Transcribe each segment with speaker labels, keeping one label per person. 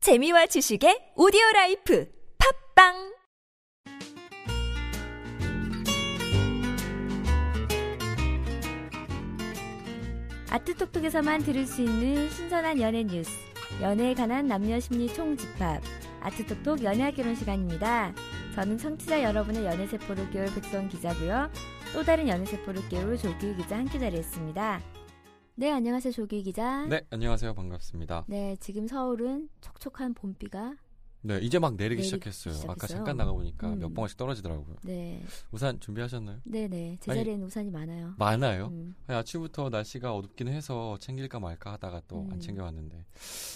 Speaker 1: 재미와 지식의 오디오 라이프 팝빵
Speaker 2: 아트톡톡에서만 들을 수 있는 신선한 연애 뉴스, 연애에 관한 남녀 심리 총집합, 아트톡톡 연애학 결혼 시간입니다. 저는 청취자 여러분의 연애 세포를 깨울 백선 기자고요. 또 다른 연애 세포를 깨울 조규 기자 함께 자리했습니다. 네, 안녕하세요 조규 기자.
Speaker 3: 네, 안녕하세요. 반갑습니다.
Speaker 2: 네, 지금 서울은 촉촉한 봄비가
Speaker 3: 네, 이제 막
Speaker 2: 내리기
Speaker 3: 내리기 시작했어요. 아까
Speaker 2: 시작했어요?
Speaker 3: 잠깐 나가보니까
Speaker 2: 음.
Speaker 3: 몇 봉가씩 떨어지더라고요.
Speaker 2: 네,
Speaker 3: 우산 준비하셨나요?
Speaker 2: 네, 네, 제자리에는 우산이 많아요.
Speaker 3: 많아요.
Speaker 2: 음,
Speaker 3: 아니, 아침부터 날씨가 어둡긴 해서 챙길까 말까 하다가 또 안
Speaker 2: 음.
Speaker 3: 챙겨왔는데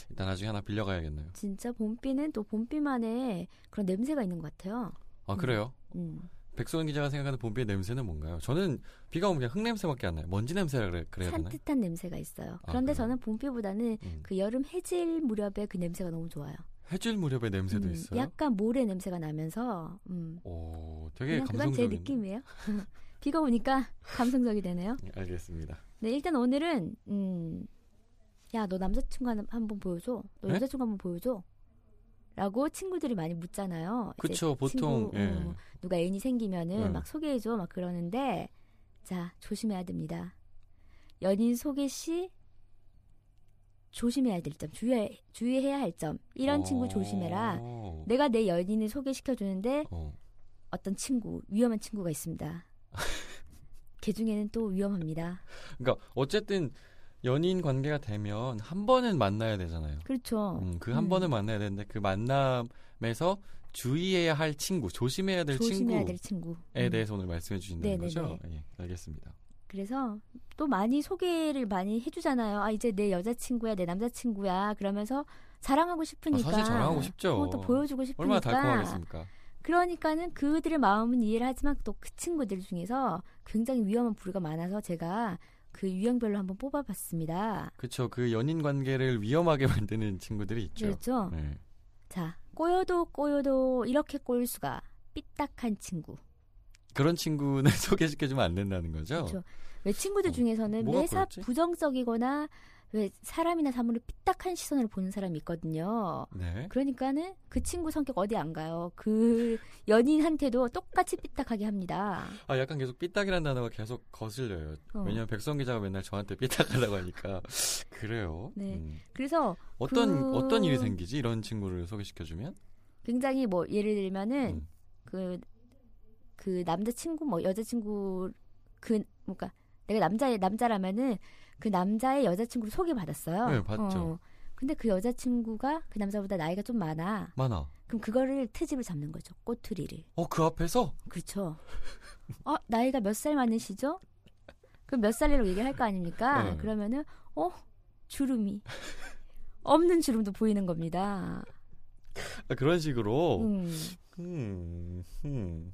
Speaker 3: 일단 나중에 하나 빌려가야겠네요.
Speaker 2: 진짜 봄비는 또 봄비만의 그런 냄새가 있는 것 같아요.
Speaker 3: 아
Speaker 2: 음.
Speaker 3: 그래요?
Speaker 2: 음,
Speaker 3: 백소연 기자가 생각하는 봄비의 냄새는 뭔가요? 저는 비가 오면 그냥 흙냄새밖에 안 나요. 먼지 냄새라 그래, 그래야 되나? 요 아,
Speaker 2: 산뜻한 냄새가 있어요. 그런데
Speaker 3: 그래요?
Speaker 2: 저는 봄비보다는 그 여름 해질 무렵에 그 냄새가 너무 좋아요.
Speaker 3: 해질 무렵의 냄새도
Speaker 2: 음,
Speaker 3: 있어요.
Speaker 2: 약간 모래 냄새가 나면서 음.
Speaker 3: 오, 되게
Speaker 2: 그냥 그건 제
Speaker 3: 감성적인.
Speaker 2: 느낌이에요. 비가 오니까 감성적이 되네요.
Speaker 3: 네, 알겠습니다.
Speaker 2: 네, 일단 오늘은 음, 야, 너 남자친구 한- 한번 보여줘. 너
Speaker 3: 네?
Speaker 2: 여자친구 한번 보여줘. 라고 친구들이 많이 묻잖아요. 이제
Speaker 3: 그쵸, 보통
Speaker 2: 친구,
Speaker 3: 예.
Speaker 2: 음, 누가 애인이 생기면은
Speaker 3: 네.
Speaker 2: 막 소개해줘 막 그러는데 자 조심해야 됩니다. 연인 소개 시 조심해야 될 점, 주의, 주의해야 할 점. 이런 친구
Speaker 3: 어.
Speaker 2: 조심해라. 네. 내가 내 연인을 소개시켜주는데
Speaker 3: 어.
Speaker 2: 어떤 친구, 위험한 친구가 있습니다. 걔 중에는 또 위험합니다.
Speaker 3: 그러니까 어쨌든 연인 관계가 되면 한 번은 만나야 되잖아요.
Speaker 2: 그렇죠.
Speaker 3: 그 한
Speaker 2: 음.
Speaker 3: 번은 만나야 되는데 그 만남에서 주의해야 할 친구, 조심해야 될
Speaker 2: 조심해야
Speaker 3: 친구에 예, 네,
Speaker 2: 될 친구. 음.
Speaker 3: 대해서 오늘 말씀해 주신다는
Speaker 2: 네네네.
Speaker 3: 거죠. 예, 알겠습니다.
Speaker 2: 그래서 또 많이 소개를 많이 해주잖아요. 아 이제 내 여자친구야, 내 남자친구야. 그러면서 자랑하고
Speaker 3: 아,
Speaker 2: 싶으니까.
Speaker 3: 사실 자랑하고 싶죠.
Speaker 2: 어, 또 보여주고 싶으니까.
Speaker 3: 얼마나 달콤하겠습니까?
Speaker 2: 그러니까는 그들의 마음은 이해를 하지만 또 그 친구들 중에서 굉장히 위험한 부류가 많아서 제가 그 유형별로 한번 뽑아봤습니다.
Speaker 3: 그렇죠. 그 연인 관계를 위험하게 만드는 친구들이 있죠.
Speaker 2: 그렇죠?
Speaker 3: 네.
Speaker 2: 자, 꼬여도 꼬여도 이렇게 꼬일 수가 삐딱한 친구.
Speaker 3: 그런 친구는 소개시켜주면 안 된다는 거죠.
Speaker 2: 그렇죠. 왜 친구들
Speaker 3: 어,
Speaker 2: 중에서는
Speaker 3: 뭐가
Speaker 2: 매사
Speaker 3: 꼬였지?
Speaker 2: 부정적이거나 왜 사람이나 사물을 삐딱한 시선으로 보는 사람이 있거든요.
Speaker 3: 네.
Speaker 2: 그러니까는 그 친구 성격 어디 안 가요. 그 연인한테도 똑같이 삐딱하게 합니다.
Speaker 3: 아 약간 계속 삐딱이라는 단어가 계속 거슬려요.
Speaker 2: 어.
Speaker 3: 왜냐면 백성 기자가 맨날 저한테 삐딱하다고 하니까 그래요.
Speaker 2: 네.
Speaker 3: 음.
Speaker 2: 그래서
Speaker 3: 어떤
Speaker 2: 그-
Speaker 3: 어떤 일이 생기지? 이런 친구를 소개시켜주면?
Speaker 2: 굉장히 뭐 예를 들면은
Speaker 3: 음.
Speaker 2: 그 그 남자 친구 뭐 여자 친구 그 뭔가 내가 남자의 남자라면은 그 남자의 여자 친구를 소개받았어요.
Speaker 3: 네, 봤죠.
Speaker 2: 어. 근데 그 여자 친구가 그 남자보다 나이가 좀 많아.
Speaker 3: 많아.
Speaker 2: 그럼 그거를 트집을 잡는 거죠. 꼬투리를.
Speaker 3: 어, 그 앞에서?
Speaker 2: 그렇죠. 어, 나이가 몇 살 많으시죠? 그럼 몇 살이라고 얘기를 할 거 아닙니까?
Speaker 3: 네.
Speaker 2: 그러면은 어, 주름이 없는 주름도 보이는 겁니다.
Speaker 3: 아, 그런 식으로. 음.
Speaker 2: 음.
Speaker 3: 음.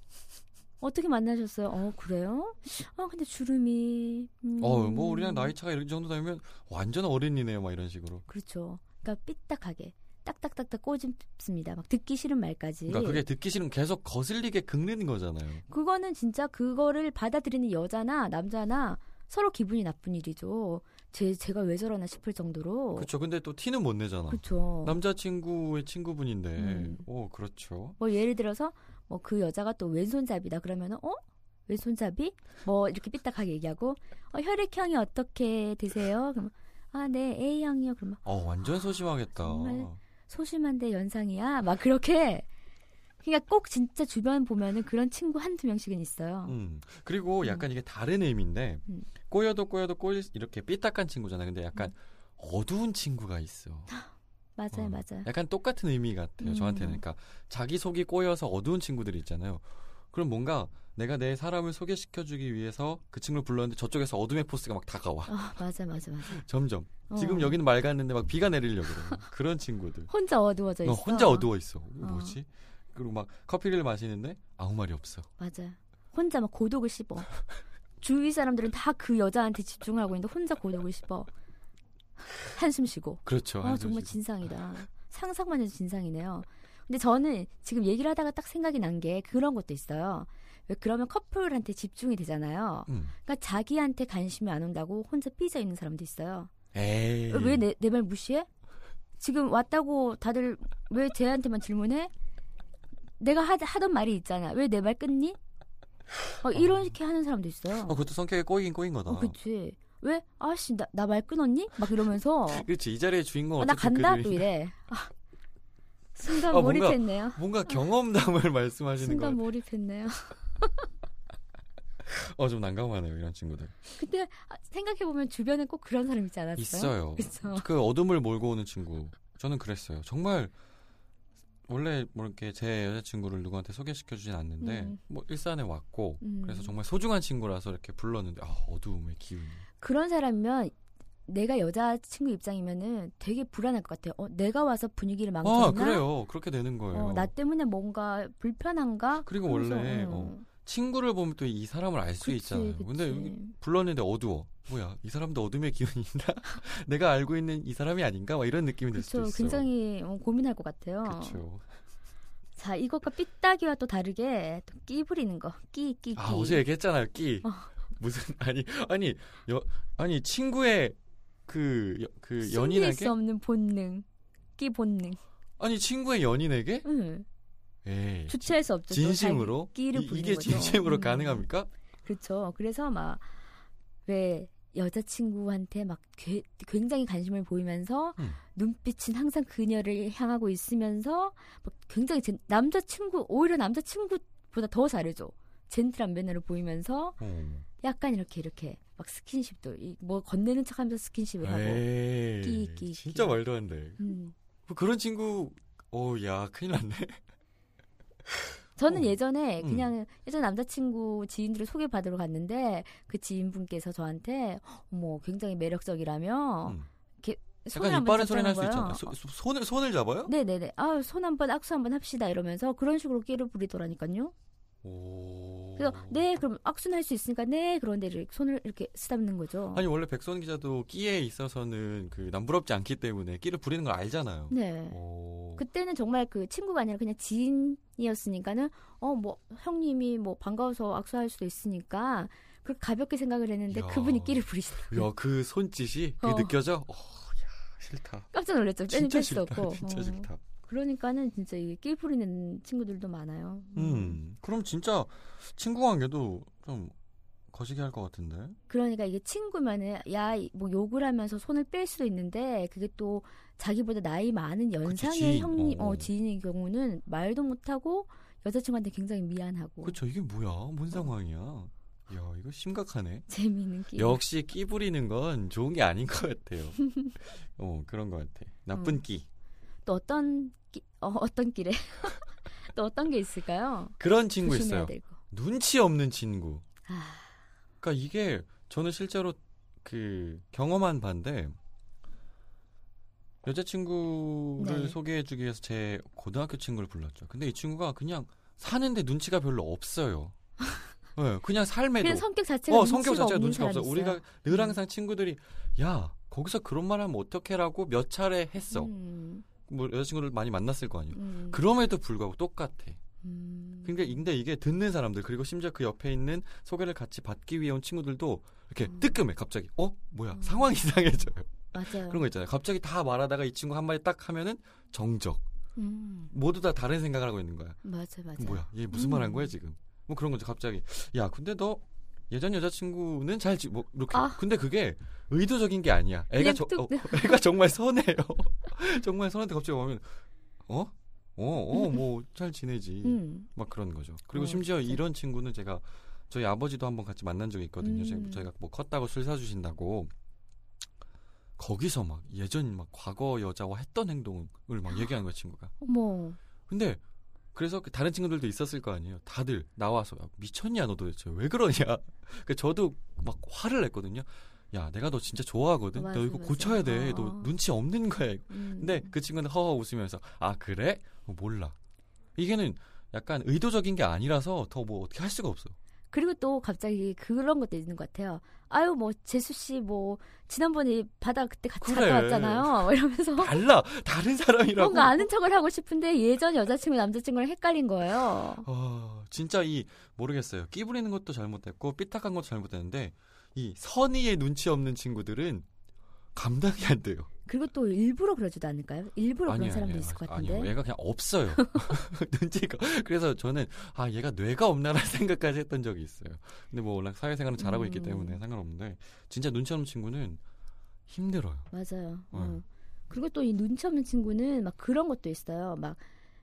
Speaker 2: 어떻게 만나셨어요? 어 그래요? 아 근데 주름이 음.
Speaker 3: 어, 뭐 우리랑 나이 차가 이런 정도 되면 완전 어린이네요, 막 이런 식으로.
Speaker 2: 그렇죠. 그러니까 삐딱하게 딱딱딱딱 꼬집습니다. 막 듣기 싫은 말까지.
Speaker 3: 그러니까 그게 듣기 싫으면 계속 거슬리게 긁는 거잖아요.
Speaker 2: 거는 진짜 그거를 받아들이는 여자나 남자나 서로 기분이 나쁜 일이죠. 제 제가 왜 저러나 싶을 정도로.
Speaker 3: 그렇죠. 근데 또 티는 못 내잖아.
Speaker 2: 어. 그렇죠.
Speaker 3: 남자친구의 친구분인데.
Speaker 2: 음.
Speaker 3: 오, 그렇죠.
Speaker 2: 뭐 예를 들어서 뭐 그 여자가 또 왼손잡이다 그러면은 어? 왼손잡이? 뭐 이렇게 삐딱하게 얘기하고 어, 혈액형이 어떻게 되세요? 그러면 아 네 A형이요. 그러면
Speaker 3: 어, 완전 소심하겠다.
Speaker 2: 정말. 소심한데 연상이야. 막 그렇게. 그러니까 꼭 진짜 주변 보면은 그런 친구 한두 명씩은 있어요.
Speaker 3: 음. 그리고 약간 이게 다른 의미인데,
Speaker 2: 아. 음.
Speaker 3: 꼬여도 꼬여도 꼬일, 수- 이렇게 삐딱한 친구잖아. 근데 약간
Speaker 2: 음.
Speaker 3: 어두운 친구가 있어.
Speaker 2: 맞아요,
Speaker 3: 어.
Speaker 2: 맞아요.
Speaker 3: 약간 똑같은 의미 같아요.
Speaker 2: 네. 음.
Speaker 3: 저한테는 그러니까 자기 속이 꼬여서 어두운 친구들이 있잖아요. 그럼 뭔가 내가 내 사람을 소개시켜주기 위해서 그 친구를 불렀는데 저쪽에서 어둠의 포스가 막 다가와.
Speaker 2: 아, 맞아, 맞아, 맞아.
Speaker 3: 점점
Speaker 2: 어.
Speaker 3: 지금 여기는 맑았는데 막 비가 내리려고 그래. 그런 친구들.
Speaker 2: 혼자 어두워져
Speaker 3: 너
Speaker 2: 있어.
Speaker 3: 혼자 어두워 있어. 이거 뭐지? 그리고 막 커피를 마시는데 아무 말이 없어.
Speaker 2: 맞아요. 혼자 막 고독을 씹어. 주위 사람들은 다 그 여자한테 집중하고 있는데 혼자 고독을 씹어. 한숨 쉬고.
Speaker 3: 그렇죠.
Speaker 2: 아, 정말
Speaker 3: 한숨 쉬고.
Speaker 2: 진상이다. 상상만 해도 진상이네요. 근데 저는 지금 얘기를 하다가 딱 생각이 난 게 그런 것도 있어요. 왜 그러면 커플한테 집중이 되잖아요.
Speaker 3: 음.
Speaker 2: 그러니까 자기한테 관심이 안 온다고 혼자 삐져 있는 사람도 있어요.
Speaker 3: 에이.
Speaker 2: 왜 내 말 무시해? 지금 왔다고 다들 왜 쟤한테만 질문해? 내가 하, 하던 말이 있잖아. 왜 내 말 끊니? 어, 이런 식의 하는 사람도 있어요.
Speaker 3: 어, 그것도 성격이 꼬이긴 꼬인 거다.
Speaker 2: 어, 그치. 왜? 아씨, 나, 나 말 끊었니? 막 이러면서.
Speaker 3: 그렇지 이 자리의 주인공
Speaker 2: 어, 나
Speaker 3: 어, 어쨌든
Speaker 2: 간다?
Speaker 3: 그들이-
Speaker 2: 또 이래. 아, 순간
Speaker 3: 아, 뭔가-
Speaker 2: 몰입했네요.
Speaker 3: 뭔가 경험담을 말씀하시는
Speaker 2: 순간
Speaker 3: 거.
Speaker 2: 몰입했네요.
Speaker 3: 어좀 난감하네요 이런 친구들.
Speaker 2: 근데 아, 생각해보면 주변에 꼭 그런 사람 있지 않았어요?
Speaker 3: 있어요.
Speaker 2: 그쵸.
Speaker 3: 그 어둠을 몰고 오는 친구. 저는 그랬어요. 정말 원래 뭐 이렇게 제 여자친구를 누구한테 소개시켜 주진 않는데
Speaker 2: 음.
Speaker 3: 뭐 일산에 왔고
Speaker 2: 음.
Speaker 3: 그래서 정말 소중한 친구라서 이렇게 불렀는데 아, 어두움의 기운이.
Speaker 2: 그런 사람이면 내가 여자친구 입장이면은 되게 불안할 것 같아요. 어, 내가 와서 분위기를 망쳤나?
Speaker 3: 아 그래요. 그렇게 되는 거예요.
Speaker 2: 어, 나 때문에 뭔가 불편한가?
Speaker 3: 그리고
Speaker 2: 하면서,
Speaker 3: 원래,
Speaker 2: 음.
Speaker 3: 어, 친구를 보면 또 이 사람을 알 수
Speaker 2: 그치,
Speaker 3: 있잖아요. 근데
Speaker 2: 그치.
Speaker 3: 여기 불렀는데 어두워. 뭐야 이 사람도 어둠의 기운인가? 내가 알고 있는 이 사람이 아닌가? 막 이런 느낌이 들 수도
Speaker 2: 그쵸,
Speaker 3: 있어요.
Speaker 2: 굉장히 어, 고민할 것 같아요.
Speaker 3: 그렇죠.
Speaker 2: 자, 이것과 삐딱이와 또 다르게 또 끼 부리는 거, 끼, 끼, 끼.
Speaker 3: 아 어제 얘기했잖아요 끼
Speaker 2: 어.
Speaker 3: 무슨 아니 아니 여 아니 친구의 그 그
Speaker 2: 숨길
Speaker 3: 연인에게
Speaker 2: 수 없는 본능, 끼 본능.
Speaker 3: 아니 친구의 연인에게
Speaker 2: 응.
Speaker 3: 에이
Speaker 2: 주체할 수 없죠. 또
Speaker 3: 예, 진심으로
Speaker 2: 음. 자기 끼를
Speaker 3: 이,
Speaker 2: 부리는
Speaker 3: 이게
Speaker 2: 거죠.
Speaker 3: 진심으로
Speaker 2: 음.
Speaker 3: 가능합니까?
Speaker 2: 그렇죠. 그래서 막 왜 여자친구한테 막 괴- 굉장히 관심을 보이면서
Speaker 3: 음.
Speaker 2: 눈빛은 항상 그녀를 향하고 있으면서 막 굉장히 젠- 남자친구 오히려 남자친구보다 더 잘해줘. 젠틀한 매너를 보이면서
Speaker 3: 어.
Speaker 2: 약간 이렇게 이렇게 막 스킨십도 이- 뭐 건네는 척하면서 스킨십을 하고.
Speaker 3: 에이
Speaker 2: 끼, 끼,
Speaker 3: 진짜
Speaker 2: 끼.
Speaker 3: 말도 안 돼.
Speaker 2: 음.
Speaker 3: 뭐 그런 친구 어야 큰일 났네.
Speaker 2: 저는
Speaker 3: 어.
Speaker 2: 예전에
Speaker 3: 음.
Speaker 2: 그냥 예전 남자친구 지인들을 소개받으러 갔는데 그 지인분께서 저한테 어머 굉장히 매력적이라며
Speaker 3: 음.
Speaker 2: 어. 손을
Speaker 3: 약간
Speaker 2: 한번
Speaker 3: 이빨에 소리 날 수
Speaker 2: 잡자는
Speaker 3: 있잖아.
Speaker 2: 거예요.
Speaker 3: 소, 소- 손을 손을 잡아요?
Speaker 2: 네네네. 아, 손 한번 악수 한번 합시다 이러면서 그런 식으로 끼를 부리더라니까요.
Speaker 3: 오.
Speaker 2: 그래서 네, 그럼 악수는 할 수 있으니까 네, 그런데 이렇게 손을 이렇게 쓰담는 거죠.
Speaker 3: 아니 원래 백선 기자도 끼에 있어서는 그 남부럽지 않기 때문에 끼를 부리는 걸 알잖아요.
Speaker 2: 네.
Speaker 3: 오.
Speaker 2: 그때는 정말 그 친구가 아니라 그냥 지인이었으니까는 어 뭐 형님이 뭐 반가워서 악수할 수도 있으니까 그렇게 가볍게 생각을 했는데
Speaker 3: 야.
Speaker 2: 그분이 끼를 부리시더라고요.
Speaker 3: 야, 그 손짓이 그게
Speaker 2: 음. 어.
Speaker 3: 느껴져? 어, 야, 싫다.
Speaker 2: 깜짝 놀랐죠. 뺀
Speaker 3: 진짜
Speaker 2: 뺄수
Speaker 3: 싫다.
Speaker 2: 없고.
Speaker 3: 진짜
Speaker 2: 어.
Speaker 3: 싫다.
Speaker 2: 그러니까는 진짜 이끼 부리는 친구들도 많아요.
Speaker 3: 음. 그럼 진짜 친구 관계도 좀 거시기 할 것 같은데.
Speaker 2: 그러니까 이게 친구면은 야 뭐 욕을 하면서 손을 뺄 수도 있는데 그게 또 자기보다 나이 많은 연상의
Speaker 3: 지인.
Speaker 2: 형님
Speaker 3: 어,
Speaker 2: 어,
Speaker 3: 어.
Speaker 2: 지인인 경우는 말도 못하고 여자친구한테 굉장히 미안하고
Speaker 3: 그쵸, 이게 뭐야? 뭔 상황이야? 야, 이거 심각하네.
Speaker 2: 재미있는 끼
Speaker 3: 역시 끼 부리는 건 좋은 게 아닌 것 같아요. 어, 그런 것 같아. 나쁜
Speaker 2: 음.
Speaker 3: 끼.
Speaker 2: 또 어떤 끼 어, 어떤 끼래 또 어떤 게 있을까요?
Speaker 3: 그런 친구
Speaker 2: 조심해야
Speaker 3: 있어요.
Speaker 2: 되고
Speaker 3: 눈치 없는 친구.
Speaker 2: 아
Speaker 3: 그러니까 이게 저는 실제로 그 경험한 반데 여자친구를
Speaker 2: 네.
Speaker 3: 소개해주기 위해서 제 고등학교 친구를 불렀죠. 근데 이 친구가 그냥 사는데 눈치가 별로 없어요. 예, 그냥 삶에도
Speaker 2: 그냥 성격 자체가
Speaker 3: 어
Speaker 2: 눈치가
Speaker 3: 성격 자체가
Speaker 2: 없는
Speaker 3: 눈치가 없어.
Speaker 2: 사람이
Speaker 3: 우리가
Speaker 2: 있어요.
Speaker 3: 늘
Speaker 2: 음.
Speaker 3: 항상 친구들이 야 거기서 그런 말 하면 어떡해라고 몇 차례 했어.
Speaker 2: 음,
Speaker 3: 뭐 여자친구를 많이 만났을 거 아니에요.
Speaker 2: 음,
Speaker 3: 그럼에도 불구하고 똑같아.
Speaker 2: 음.
Speaker 3: 근데, 근데 그러니까 이게 듣는 사람들 그리고 심지어 그 옆에 있는 소개를 같이 받기 위해 온 친구들도 이렇게
Speaker 2: 음.
Speaker 3: 뜨끔해 갑자기 어 뭐야
Speaker 2: 음. 네.
Speaker 3: 상황이 이상해져요
Speaker 2: 맞아요.
Speaker 3: 그런 거 있잖아요 갑자기 다 말하다가 이 친구 한 마디 딱 하면은 정적
Speaker 2: 음,
Speaker 3: 모두 다 다른 생각을 하고 있는 거야
Speaker 2: 맞아 맞아.
Speaker 3: 뭐야 얘 무슨 말 한
Speaker 2: 음.
Speaker 3: 거야 지금 뭐 그런 거죠 갑자기 야 근데 너 예전 여자친구는 잘 지 뭐 이렇게
Speaker 2: 아.
Speaker 3: 근데 그게 의도적인 게 아니야 애가
Speaker 2: 그냥
Speaker 3: 저,
Speaker 2: 뚝-
Speaker 3: 어, 애가 정말 선해요 정말 선한데 갑자기 오면 어? 어어어뭐 잘 지내지
Speaker 2: 음.
Speaker 3: 막 그런 거죠. 그리고
Speaker 2: 어,
Speaker 3: 심지어
Speaker 2: 진짜.
Speaker 3: 이런 친구는 제가 저희 아버지도 한번 같이 만난 적이
Speaker 2: 음.
Speaker 3: 있거든요. 저희- 저희가 뭐 컸다고 술 사주신다고 거기서 막 예전 막 과거 여자와 했던 행동을 막 얘기하는 거예요 친구가.
Speaker 2: 어머.
Speaker 3: 근데 그래서 그 다른 친구들도 있었을 거 아니에요. 다들 나와서 야, 미쳤냐 너 도대체 왜 그러냐. 그 저도 막 화를 냈거든요. 야 내가 너 진짜 좋아하거든.
Speaker 2: 맞아,
Speaker 3: 너 이거
Speaker 2: 맞아.
Speaker 3: 고쳐야 돼.
Speaker 2: 어,
Speaker 3: 너
Speaker 2: 어.
Speaker 3: 눈치 없는 거야 이거.
Speaker 2: 음.
Speaker 3: 근데 그 친구는 허허 웃으면서 아 그래? 어, 몰라. 이게는 약간 의도적인 게 아니라서 더 뭐 어떻게 할 수가 없어.
Speaker 2: 그리고 또 갑자기 그런 것도 있는 것 같아요. 아유 뭐 제수 씨 뭐 지난번에 바다 그때 같이
Speaker 3: 그래.
Speaker 2: 갔다 왔잖아요. 뭐 이러면서
Speaker 3: 달라 다른 사람이라고.
Speaker 2: 뭔가 아는 척을 하고 싶은데 예전 여자친구 남자친구랑 헷갈린 거예요.
Speaker 3: 아, 진짜 이 모르겠어요. 끼 부리는 것도 잘못됐고 삐딱한 것도 잘못됐는데 이 선의의 눈치 없는 친구들은 감당이 안 돼요.
Speaker 2: 그리고 또 일부러 그러지도 않을까요? 일부러 그런 사람도 있을 것 같은데.
Speaker 3: 아니요, 얘가 그냥 없어요. 눈치가. 그래서 저는 아 얘가 뇌가 없나라는 생각까지 했던 적이 있어요. 근데 뭐 워낙 사회생활은 잘하고 있기
Speaker 2: 음.
Speaker 3: 때문에 상관없는데 진짜 눈치 없는 친구는 힘들어요.
Speaker 2: 맞아요.
Speaker 3: 네.
Speaker 2: 어. 그리고 또 이 눈치 없는 친구는 막 그런 것도 있어요. 막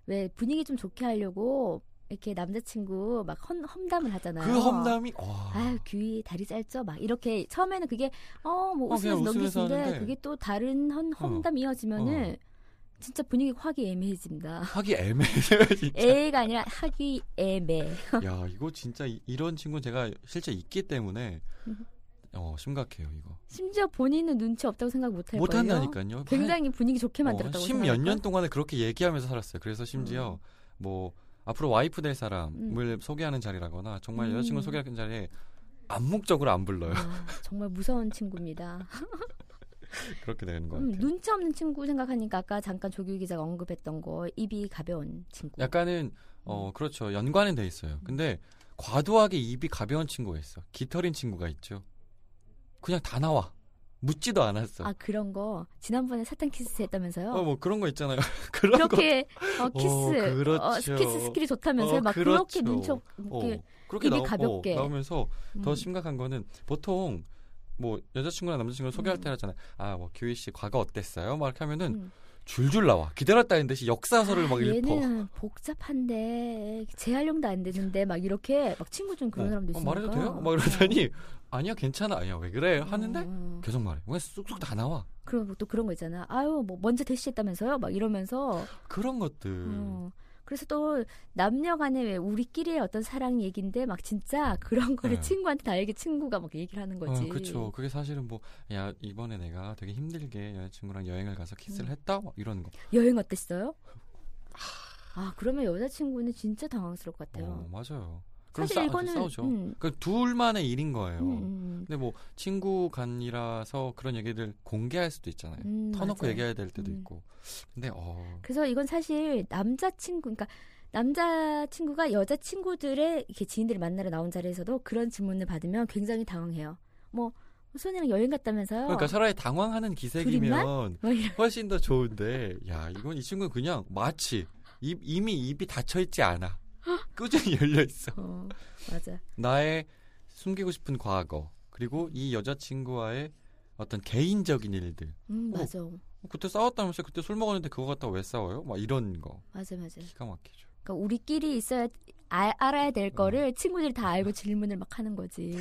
Speaker 2: 왜 분위기 좀 좋게 하려고 이렇게 남자친구 막 험, 험담을 하잖아요.
Speaker 3: 그 험담이 와.
Speaker 2: 아유 귀 다리 짧죠 막 이렇게 처음에는 그게 어 뭐
Speaker 3: 어,
Speaker 2: 웃으면서
Speaker 3: 그냥 웃으면서
Speaker 2: 넘기는데
Speaker 3: 하는데. 어.
Speaker 2: 그게 또 다른 헌, 험담 이어지면은 진짜 분위기 화기애매해집니다.
Speaker 3: 하기 애매해요 진짜.
Speaker 2: 애가 아니라 하기애매.
Speaker 3: 야 이거 진짜 이, 이런 친구는 제가 실제 있기 때문에
Speaker 2: 음.
Speaker 3: 어 심각해요 이거.
Speaker 2: 심지어 본인은 눈치 없다고 생각 못할
Speaker 3: 못
Speaker 2: 거예요.
Speaker 3: 한다니까요.
Speaker 2: 굉장히 분위기 좋게 만들었다고 생각.
Speaker 3: 어, 십몇 년 동안에 그렇게 얘기하면서 살았어요. 그래서 심지어
Speaker 2: 음.
Speaker 3: 뭐 앞으로 와이프 될 사람을 소개하는 자리라거나 정말
Speaker 2: 음.
Speaker 3: 여자친구 소개하는 자리에 암묵적으로 안 불러요.
Speaker 2: 아, 정말 무서운 친구입니다.
Speaker 3: 그렇게 되는 것
Speaker 2: 음,
Speaker 3: 같아요.
Speaker 2: 눈치 없는 친구 생각하니까 아까 잠깐 조규 기자가 언급했던 거 입이 가벼운 친구.
Speaker 3: 약간은
Speaker 2: 음.
Speaker 3: 어 그렇죠. 연관은 돼 있어요. 근데 과도하게 입이 가벼운 친구가 있어. 깃털인 친구가 있죠. 그냥 다 나와. 묻지도 않았어.
Speaker 2: 아 그런 거 지난번에 사탕 키스 했다면서요?
Speaker 3: 어 뭐 그런 거 있잖아요. 그런 거.
Speaker 2: 이렇게 어, 키스
Speaker 3: 어, 그렇죠.
Speaker 2: 어, 키스 스킬이 좋다면서요?
Speaker 3: 어,
Speaker 2: 막 그렇게
Speaker 3: 그렇죠.
Speaker 2: 눈치 없
Speaker 3: 어,
Speaker 2: 이렇게
Speaker 3: 그렇게
Speaker 2: 입이
Speaker 3: 나오,
Speaker 2: 가볍게.
Speaker 3: 어, 나오면서 더
Speaker 2: 음,
Speaker 3: 심각한 거는 보통 뭐 여자친구나 남자친구를 소개할 때 하잖아요. 아 뭐 규희 씨 과거 어땠어요? 막 이렇게 하면은
Speaker 2: 음. 아,
Speaker 3: 줄줄 나와. 기다렸다는 듯이 역사서를 막 읽어.
Speaker 2: 얘는 복잡한데 재활용도 안 되는데 막 이렇게 막 친구 중 그런
Speaker 3: 어,
Speaker 2: 사람도
Speaker 3: 어,
Speaker 2: 있으니까 어.
Speaker 3: 말해도 돼요? 막 이러더니 아니야 괜찮아. 아니야 왜 그래? 하는데 계속 말해. 왜 쑥쑥 다 나와?
Speaker 2: 그리고 또 그런 거 있잖아. 아유, 뭐 먼저 대시했다면서요? 막 이러면서.
Speaker 3: 그런 것들.
Speaker 2: 어. 그래서 또 남녀간의 왜 우리끼리의 어떤 사랑 얘기인데 막 진짜 그런 거를
Speaker 3: 네.
Speaker 2: 친구한테 다 얘기 친구가 막 얘기를 하는 거지.
Speaker 3: 어, 그쵸. 그게 사실은 뭐 야 이번에 내가 되게 힘들게 여자친구랑 여행을 가서 키스를
Speaker 2: 음.
Speaker 3: 했다. 막 이런 거.
Speaker 2: 여행 어땠어요? 아, 그러면 여자친구는 진짜 당황스러울 것 같아요.
Speaker 3: 어, 맞아요. 그럼
Speaker 2: 사실
Speaker 3: 싸,
Speaker 2: 이거는
Speaker 3: 싸우죠. 네, 어.
Speaker 2: 음,
Speaker 3: 그 둘만의 일인 거예요.
Speaker 2: 음, 음,
Speaker 3: 근데 뭐 친구 간이라서 그런 얘기를 공개할 수도 있잖아요.
Speaker 2: 음,
Speaker 3: 터놓고
Speaker 2: 맞아요.
Speaker 3: 얘기해야 될 때도
Speaker 2: 음.
Speaker 3: 있고. 근데 어
Speaker 2: 그래서 이건 사실 남자친구, 그러니까 남자친구가 여자친구들의 이렇게 지인들을 만나러 나온 자리에서도 그런 질문을 받으면 굉장히 당황해요. 뭐, 소녀랑 여행 갔다면서요?
Speaker 3: 그러니까 차라리 당황하는 기색이면
Speaker 2: 뭐 이런-
Speaker 3: 훨씬 더 좋은데 야 이건 이 친구는 그냥 마치 입, 이미 입이 닫혀 있지 않아. 꾸준히 열려 있어.
Speaker 2: 어, 맞아.
Speaker 3: 나의 숨기고 싶은 과거 그리고 이 여자친구와의 어떤 개인적인 일들.
Speaker 2: 음,
Speaker 3: 어.
Speaker 2: 맞아.
Speaker 3: 그때 싸웠다면서 그때 술 먹었는데 그거 갖다가 왜 싸워요? 막 이런 거
Speaker 2: 맞아, 맞아.
Speaker 3: 기가 막히죠.
Speaker 2: 그러니까 우리끼리 있어야, 알- 알아야
Speaker 3: 어.
Speaker 2: 될 거를 친구들이 다 알고 질문을 막 하는 거지.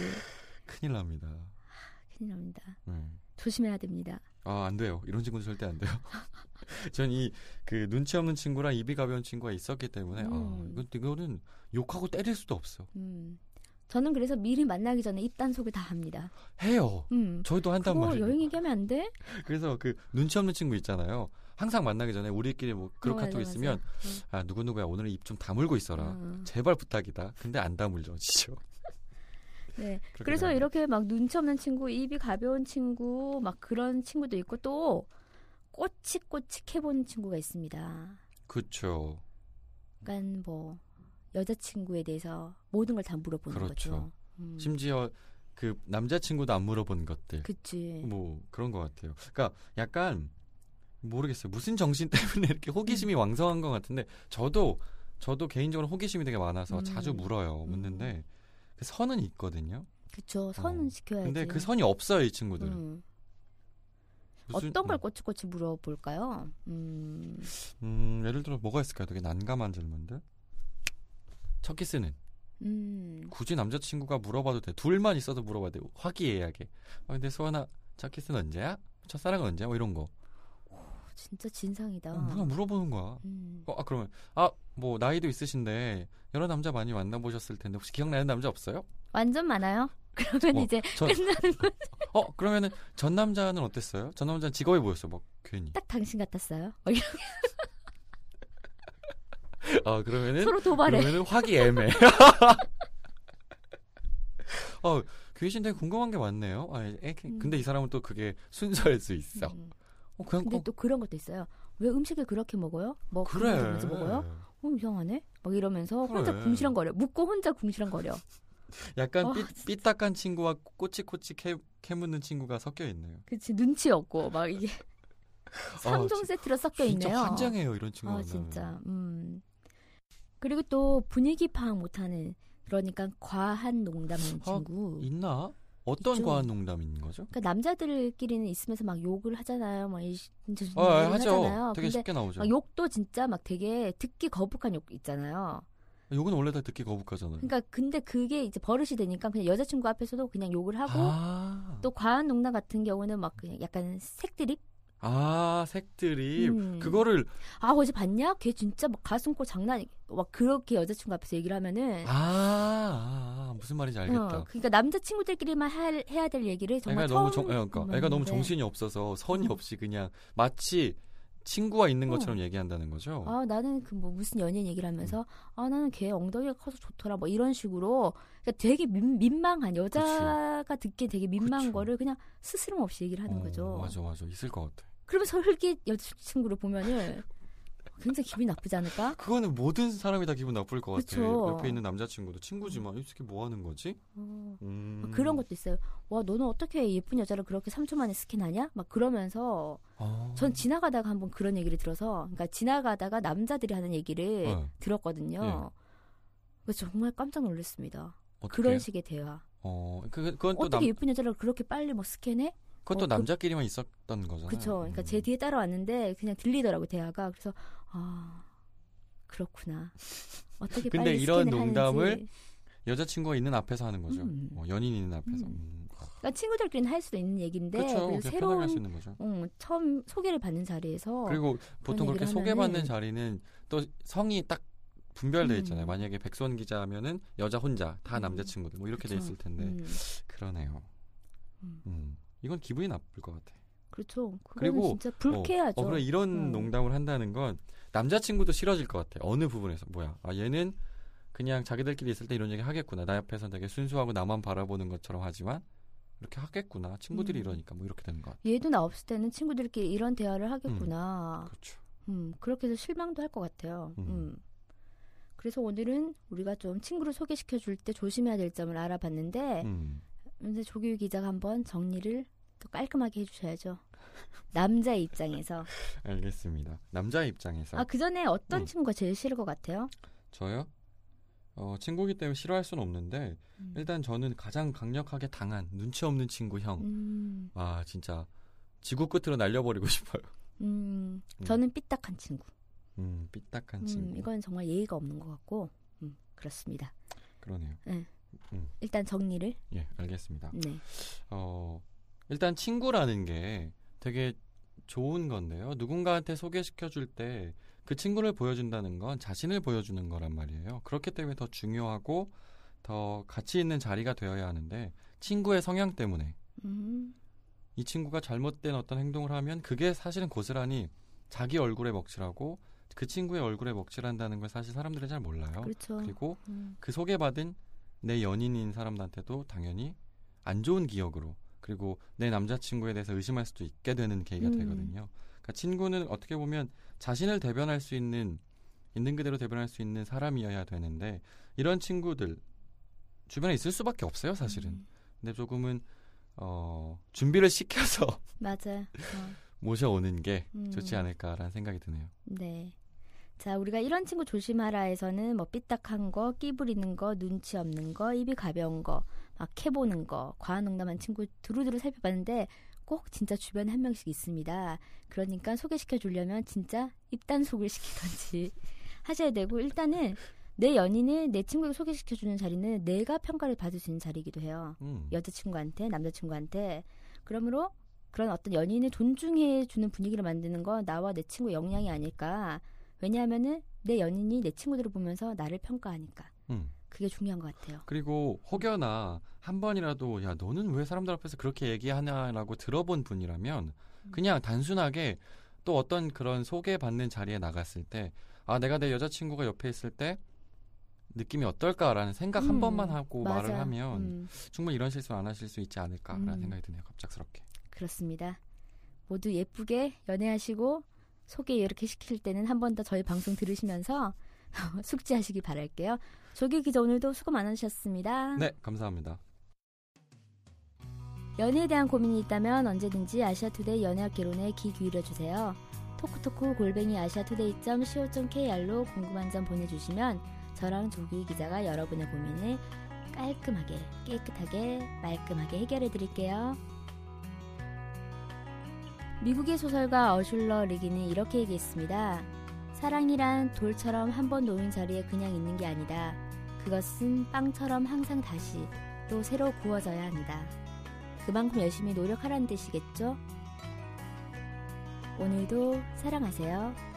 Speaker 3: 큰일 납니다.
Speaker 2: 큰일 납니다.
Speaker 3: 음.
Speaker 2: 조심해야 됩니다.
Speaker 3: 아, 안 돼요. 이런 친구는 절대 안 돼요. 전 이 그 눈치 없는 친구랑 입이 가벼운 친구가 있었기 때문에 아,
Speaker 2: 음.
Speaker 3: 이건 이거는 욕하고 때릴 수도 없어.
Speaker 2: 음. 저는 그래서 미리 만나기 전에 입단속을 다 합니다.
Speaker 3: 해요.
Speaker 2: 음.
Speaker 3: 저희도 한단
Speaker 2: 그거
Speaker 3: 말이에요.
Speaker 2: 여행 얘기하면 안 돼?
Speaker 3: 그래서 그 눈치 없는 친구 있잖아요. 항상 만나기 전에 우리끼리 뭐 그런
Speaker 2: 어, 맞아,
Speaker 3: 카톡 있으면
Speaker 2: 맞아.
Speaker 3: 아, 누구누구야 오늘은 입 좀 다물고 있어라.
Speaker 2: 음.
Speaker 3: 제발 부탁이다. 근데 안 다물죠. 지죠.
Speaker 2: 네.
Speaker 3: 그렇게
Speaker 2: 그래서
Speaker 3: 되는
Speaker 2: 이렇게 막 눈치 없는 친구, 입이 가벼운 친구, 막 그런 친구도 있고 또 꼬치꼬치 해본 친구가 있습니다.
Speaker 3: 그쵸.
Speaker 2: 약간 뭐 여자친구에 대해서 모든 걸 다 물어보는
Speaker 3: 그렇죠.
Speaker 2: 거죠. 음,
Speaker 3: 심지어 그 남자친구도 안 물어본 것들.
Speaker 2: 그치.
Speaker 3: 뭐 그런 것 같아요. 그러니까 약간 모르겠어요. 무슨 정신 때문에 이렇게
Speaker 2: 음.
Speaker 3: 호기심이 왕성한 것 같은데 저도 저도 개인적으로 호기심이 되게 많아서
Speaker 2: 음.
Speaker 3: 자주 물어요. 묻는데 그 선은 있거든요.
Speaker 2: 그쵸. 선은
Speaker 3: 어.
Speaker 2: 지켜야지.
Speaker 3: 근데 그 선이 없어요, 이 친구들.
Speaker 2: 네, 음.
Speaker 3: 무슨- 뭐
Speaker 2: 어떤 걸 꼬치꼬치 물어볼까요? 음,
Speaker 3: 음, 예를 들어 뭐가 있을까요? 되게 난감한 질문들. 첫 키스는
Speaker 2: 음,
Speaker 3: 굳이 남자친구가 물어봐도 돼. 둘만 있어도 물어봐도 돼. 화기애애하게. 아, 근데 소원아, 첫 키스는 언제야? 첫사랑은 언제야? 뭐 이런 거.
Speaker 2: 진짜 진상이다.
Speaker 3: 어, 그냥 물어보는 거야.
Speaker 2: 음,
Speaker 3: 어, 아, 그러면 아 뭐 나이도 있으신데 여러 남자 많이 만나보셨을 텐데 혹시 기억나는 남자 없어요?
Speaker 2: 완전 많아요. 그러면
Speaker 3: 어,
Speaker 2: 이제
Speaker 3: 전, 어 그러면은 전 남자는 어땠어요? 전 남자는 직업이 뭐였어? 막 괜히
Speaker 2: 딱 당신 같았어요. 막
Speaker 3: 아 그러면은
Speaker 2: 서로 도발해.
Speaker 3: 그러면은 화기애매. 어 귀신 되게 궁금한 게 많네요. 아, 에, 근데 이 사람은 또 그게 순서일 수 있어.
Speaker 2: 음.
Speaker 3: 어, 그냥
Speaker 2: 근데
Speaker 3: 꼭
Speaker 2: 또 그런 것도 있어요. 왜 음식을 그렇게 먹어요? 뭐
Speaker 3: 그래.
Speaker 2: 그런 거 먼저 먹어요? 어 이상하네. 막 이러면서 혼자
Speaker 3: 그래.
Speaker 2: 궁시렁거려. 묻고 혼자 궁시렁거려.
Speaker 3: 약간
Speaker 2: 어,
Speaker 3: 삐, 삐딱한 친구와 꼬치꼬치 캐, 캐묻는 친구가 섞여 있네요.
Speaker 2: 그치 눈치 없고 막 이게 삼
Speaker 3: 아,
Speaker 2: 종 세트로 섞여
Speaker 3: 진짜
Speaker 2: 있네요.
Speaker 3: 환장해요 이런 친구
Speaker 2: 아
Speaker 3: 만나면.
Speaker 2: 진짜. 음. 그리고 또 분위기 파악 못하는 그러니까 과한 농담하는
Speaker 3: 아,
Speaker 2: 친구.
Speaker 3: 있나? 어떤
Speaker 2: 있죠.
Speaker 3: 과한 농담인 거죠?
Speaker 2: 그러니까 남자들끼리는 있으면서 막 욕을 하잖아요. 막 이, 진짜
Speaker 3: 아,
Speaker 2: 욕을
Speaker 3: 하죠.
Speaker 2: 뭐 하잖아요.
Speaker 3: 되게
Speaker 2: 근데
Speaker 3: 쉽게 나오죠.
Speaker 2: 막 욕도 진짜 막 되게 듣기 거북한 욕 있잖아요.
Speaker 3: 욕은 원래 다 듣기 거북하잖아요.
Speaker 2: 그러니까 근데 그게 이제 버릇이 되니까 그냥 여자친구 앞에서도 그냥 욕을 하고
Speaker 3: 아,
Speaker 2: 또 과한 농담 같은 경우는 막 그냥 약간 색드립?
Speaker 3: 아 색들이
Speaker 2: 음.
Speaker 3: 그거를
Speaker 2: 아 어제 봤냐? 걔 진짜 막 가슴골 장난 아니- 막 그렇게 여자친구 앞에서 얘기를 하면은
Speaker 3: 아, 아, 아, 무슨 말인지 알겠다.
Speaker 2: 네. 어, 그러니까 남자친구들끼리만 할- 해야 될 얘기를 정말
Speaker 3: 애가 너무
Speaker 2: 처음
Speaker 3: 정,
Speaker 2: 네.
Speaker 3: 예, 그러니까
Speaker 2: 보는
Speaker 3: 애가 너무
Speaker 2: 건데.
Speaker 3: 정신이 없어서 선이 없이 그냥 마치 친구와 있는 것처럼 얘기한다는 거죠.
Speaker 2: 어. 아 나는 그 뭐 무슨 연예인 얘기를 하면서
Speaker 3: 음.
Speaker 2: 아 나는 걔 엉덩이가 커서 좋더라 뭐 이런 식으로 그러니까 되게 민, 민망한 여자가 듣기에 되게 민망한
Speaker 3: 그치.
Speaker 2: 거를 그냥 스스럼 없이 얘기를 하는
Speaker 3: 어,
Speaker 2: 거죠.
Speaker 3: 맞아, 맞아, 있을 것 같아.
Speaker 2: 그러면서 흙이 여자친구를 보면은 굉장히 기분이 나쁘지 않을까?
Speaker 3: 그거는 모든 사람이 다 기분 나쁠 것 같아.
Speaker 2: 그쵸.
Speaker 3: 옆에 있는 남자친구도 친구지만 이 새끼 뭐 하는 거지?
Speaker 2: 어,
Speaker 3: 음.
Speaker 2: 막 그런 것도 있어요. 와 너는 어떻게 예쁜 여자를 그렇게 3초 만에 스킨하냐? 막 그러면서
Speaker 3: 아.
Speaker 2: 전 지나가다가 한번 그런 얘기를 들어서 그러니까 지나가다가 남자들이 하는 얘기를
Speaker 3: 네.
Speaker 2: 들었거든요. 그 정말 깜짝 놀랐습니다.
Speaker 3: 예. 어떻게?
Speaker 2: 그런 식의 대화.
Speaker 3: 어, 그, 그건 또
Speaker 2: 어떻게
Speaker 3: 남,
Speaker 2: 예쁜 여자를 그렇게 빨리 뭐 스캔해?
Speaker 3: 그건 또
Speaker 2: 어, 그-
Speaker 3: 남자끼리만 있었던 거잖아요.
Speaker 2: 그쵸. 그러니까
Speaker 3: 음.
Speaker 2: 제 뒤에 따라왔는데 그냥 들리더라고 대화가. 그래서 아 그렇구나. 어떻게
Speaker 3: 근데
Speaker 2: 빨리
Speaker 3: 이런
Speaker 2: 스캔을
Speaker 3: 농담을
Speaker 2: 하는지.
Speaker 3: 여자친구가 있는 앞에서 하는 거죠.
Speaker 2: 음.
Speaker 3: 어, 연인 있는 앞에서. 음.
Speaker 2: 그러니까 친구들끼리는 할 수도 있는 얘기인데
Speaker 3: 그렇죠.
Speaker 2: 그래서
Speaker 3: 그냥 편하게 할 수
Speaker 2: 새로운
Speaker 3: 있는 거죠.
Speaker 2: 응, 처음 소개를 받는 자리에서
Speaker 3: 그리고 보통 그렇게
Speaker 2: 얘기를
Speaker 3: 소개받는
Speaker 2: 하면은-
Speaker 3: 자리는 또 성이 딱 분별돼
Speaker 2: 음.
Speaker 3: 있잖아요. 만약에 백선 기자 하면은 여자 혼자 다
Speaker 2: 음.
Speaker 3: 남자친구들 뭐 이렇게 돼
Speaker 2: 그쵸.
Speaker 3: 있을 텐데
Speaker 2: 음,
Speaker 3: 그러네요.
Speaker 2: 음.
Speaker 3: 음. 이건 기분이 나쁠 것 같아.
Speaker 2: 그렇죠. 그거는
Speaker 3: 그리고-
Speaker 2: 진짜 불쾌하죠.
Speaker 3: 어, 그래 이런
Speaker 2: 음.
Speaker 3: 농담을 한다는 건 남자친구도 싫어질 것 같아. 어느 부분에서 뭐야? 아 얘는 그냥 자기들끼리 있을 때 이런 얘기 하겠구나. 나 옆에서 되게 순수하고 나만 바라보는 것처럼 하지만 이렇게 하겠구나. 친구들이
Speaker 2: 음.
Speaker 3: 이러니까 뭐 이렇게 되는 것 같아.
Speaker 2: 얘도 나 없을 때는 친구들끼리 이런 대화를 하겠구나.
Speaker 3: 그렇죠.
Speaker 2: 음, 그렇게 해서 실망도 할 것 같아요.
Speaker 3: 음.
Speaker 2: 음. 그래서 오늘은 우리가 좀 친구를 소개시켜 줄 때 조심해야 될 점을 알아봤는데,
Speaker 3: 음.
Speaker 2: 이제 조규 기자가 한번 정리를 또 깔끔하게 해주셔야죠. 남자의 입장에서.
Speaker 3: 알겠습니다. 남자 입장에서
Speaker 2: 아, 그 전에 어떤
Speaker 3: 음.
Speaker 2: 친구가 제일 싫을 것 같아요?
Speaker 3: 저요? 어, 친구기 때문에 싫어할 수는 없는데
Speaker 2: 음.
Speaker 3: 일단 저는 가장 강력하게 당한 눈치 없는 친구 형.
Speaker 2: 음,
Speaker 3: 아 진짜 지구 끝으로 날려버리고 싶어요.
Speaker 2: 음,
Speaker 3: 음.
Speaker 2: 저는 삐딱한 친구.
Speaker 3: 음 삐딱한
Speaker 2: 음,
Speaker 3: 친구.
Speaker 2: 이건 정말 예의가 없는 것 같고, 음, 그렇습니다.
Speaker 3: 그러네요.
Speaker 2: 일단 정리를.
Speaker 3: 예 알겠습니다.
Speaker 2: 네.
Speaker 3: 어 일단 친구라는 게 되게 좋은 건데요. 누군가한테 소개시켜 줄 때 그 친구를 보여준다는 건 자신을 보여주는 거란 말이에요. 그렇기 때문에 더 중요하고 더 가치 있는 자리가 되어야 하는데 친구의 성향 때문에
Speaker 2: 음,
Speaker 3: 이 친구가 잘못된 어떤 행동을 하면 그게 사실은 고스란히 자기 얼굴에 먹칠하고 그 친구의 얼굴에 먹칠한다는 걸 사실 사람들이 잘 몰라요.
Speaker 2: 그렇죠.
Speaker 3: 어, 그리고
Speaker 2: 음,
Speaker 3: 그 소개받은 내 연인인 사람한테도 당연히 안 좋은 기억으로 그리고 내 남자친구에 대해서 의심할 수도 있게 되는 계기가
Speaker 2: 음.
Speaker 3: 되거든요. 그러니까 친구는 어떻게 보면 자신을 대변할 수 있는 있는 그대로 대변할 수 있는 사람이어야 되는데 이런 친구들 주변에 있을 수밖에 없어요, 사실은.
Speaker 2: 음,
Speaker 3: 근데 조금은 어, 준비를 시켜서
Speaker 2: 맞아요. 어.
Speaker 3: 모셔오는 게
Speaker 2: 음.
Speaker 3: 좋지 않을까라는 생각이 드네요.
Speaker 2: 네. 자, 우리가 이런 친구 조심하라에서는 뭐 삐딱한 거, 끼 부리는 거, 눈치 없는 거, 입이 가벼운 거, 막 캐보는 거, 과한 농담한 친구 두루두루 살펴봤는데 꼭 진짜 주변에 한 명씩 있습니다. 그러니까 소개시켜 주려면 진짜 입단속을 시키던지 하셔야 되고 일단은 내 연인을 내 친구에게 소개시켜 주는 자리는 내가 평가를 받을 수 있는 자리이기도 해요.
Speaker 3: 음.
Speaker 2: 여자친구한테 남자친구한테 그러므로 그런 어떤 연인을 존중해 주는 분위기를 만드는 건 나와 내 친구 의 역량이 아닐까 왜냐하면은 내 연인이 내 친구들을 보면서 나를 평가하니까
Speaker 3: 음.
Speaker 2: 그게 중요한 것 같아요
Speaker 3: 그리고 혹여나 한 번이라도 야 너는 왜 사람들 앞에서 그렇게 얘기하냐라고 들어본 분이라면
Speaker 2: 음.
Speaker 3: 그냥 단순하게 또 어떤 그런 소개받는 자리에 나갔을 때 아 내가 내 여자친구가 옆에 있을 때 느낌이 어떨까라는 생각 한
Speaker 2: 음,
Speaker 3: 번만 하고 말을
Speaker 2: 맞아.
Speaker 3: 하면
Speaker 2: 음,
Speaker 3: 충분히 이런 실수를 안 하실 수 있지 않을까라는
Speaker 2: 음.
Speaker 3: 생각이 드네요 갑작스럽게
Speaker 2: 그렇습니다 모두 예쁘게 연애하시고 소개 이렇게 시킬 때는 한 번 더 저희 방송 들으시면서 숙지하시기 바랄게요 조기 기자 오늘도 수고 많으셨습니다
Speaker 3: 네 감사합니다
Speaker 2: 연애에 대한 고민이 있다면 언제든지 아시아투데이 연애학 개론에 귀 기울여 주세요. 토크토크 골뱅이 아시아투데이.co.kr로 궁금한 점 보내주시면 저랑 조기 기자가 여러분의 고민을 깔끔하게 깨끗하게 말끔하게 해결해 드릴게요. 미국의 소설가 어슐러 리기는 이렇게 얘기했습니다. 사랑이란 돌처럼 한 번 놓인 자리에 그냥 있는 게 아니다. 그것은 빵처럼 항상 다시 또 새로 구워져야 한다. 그만큼 열심히 노력하라는 뜻이겠죠? 오늘도 사랑하세요.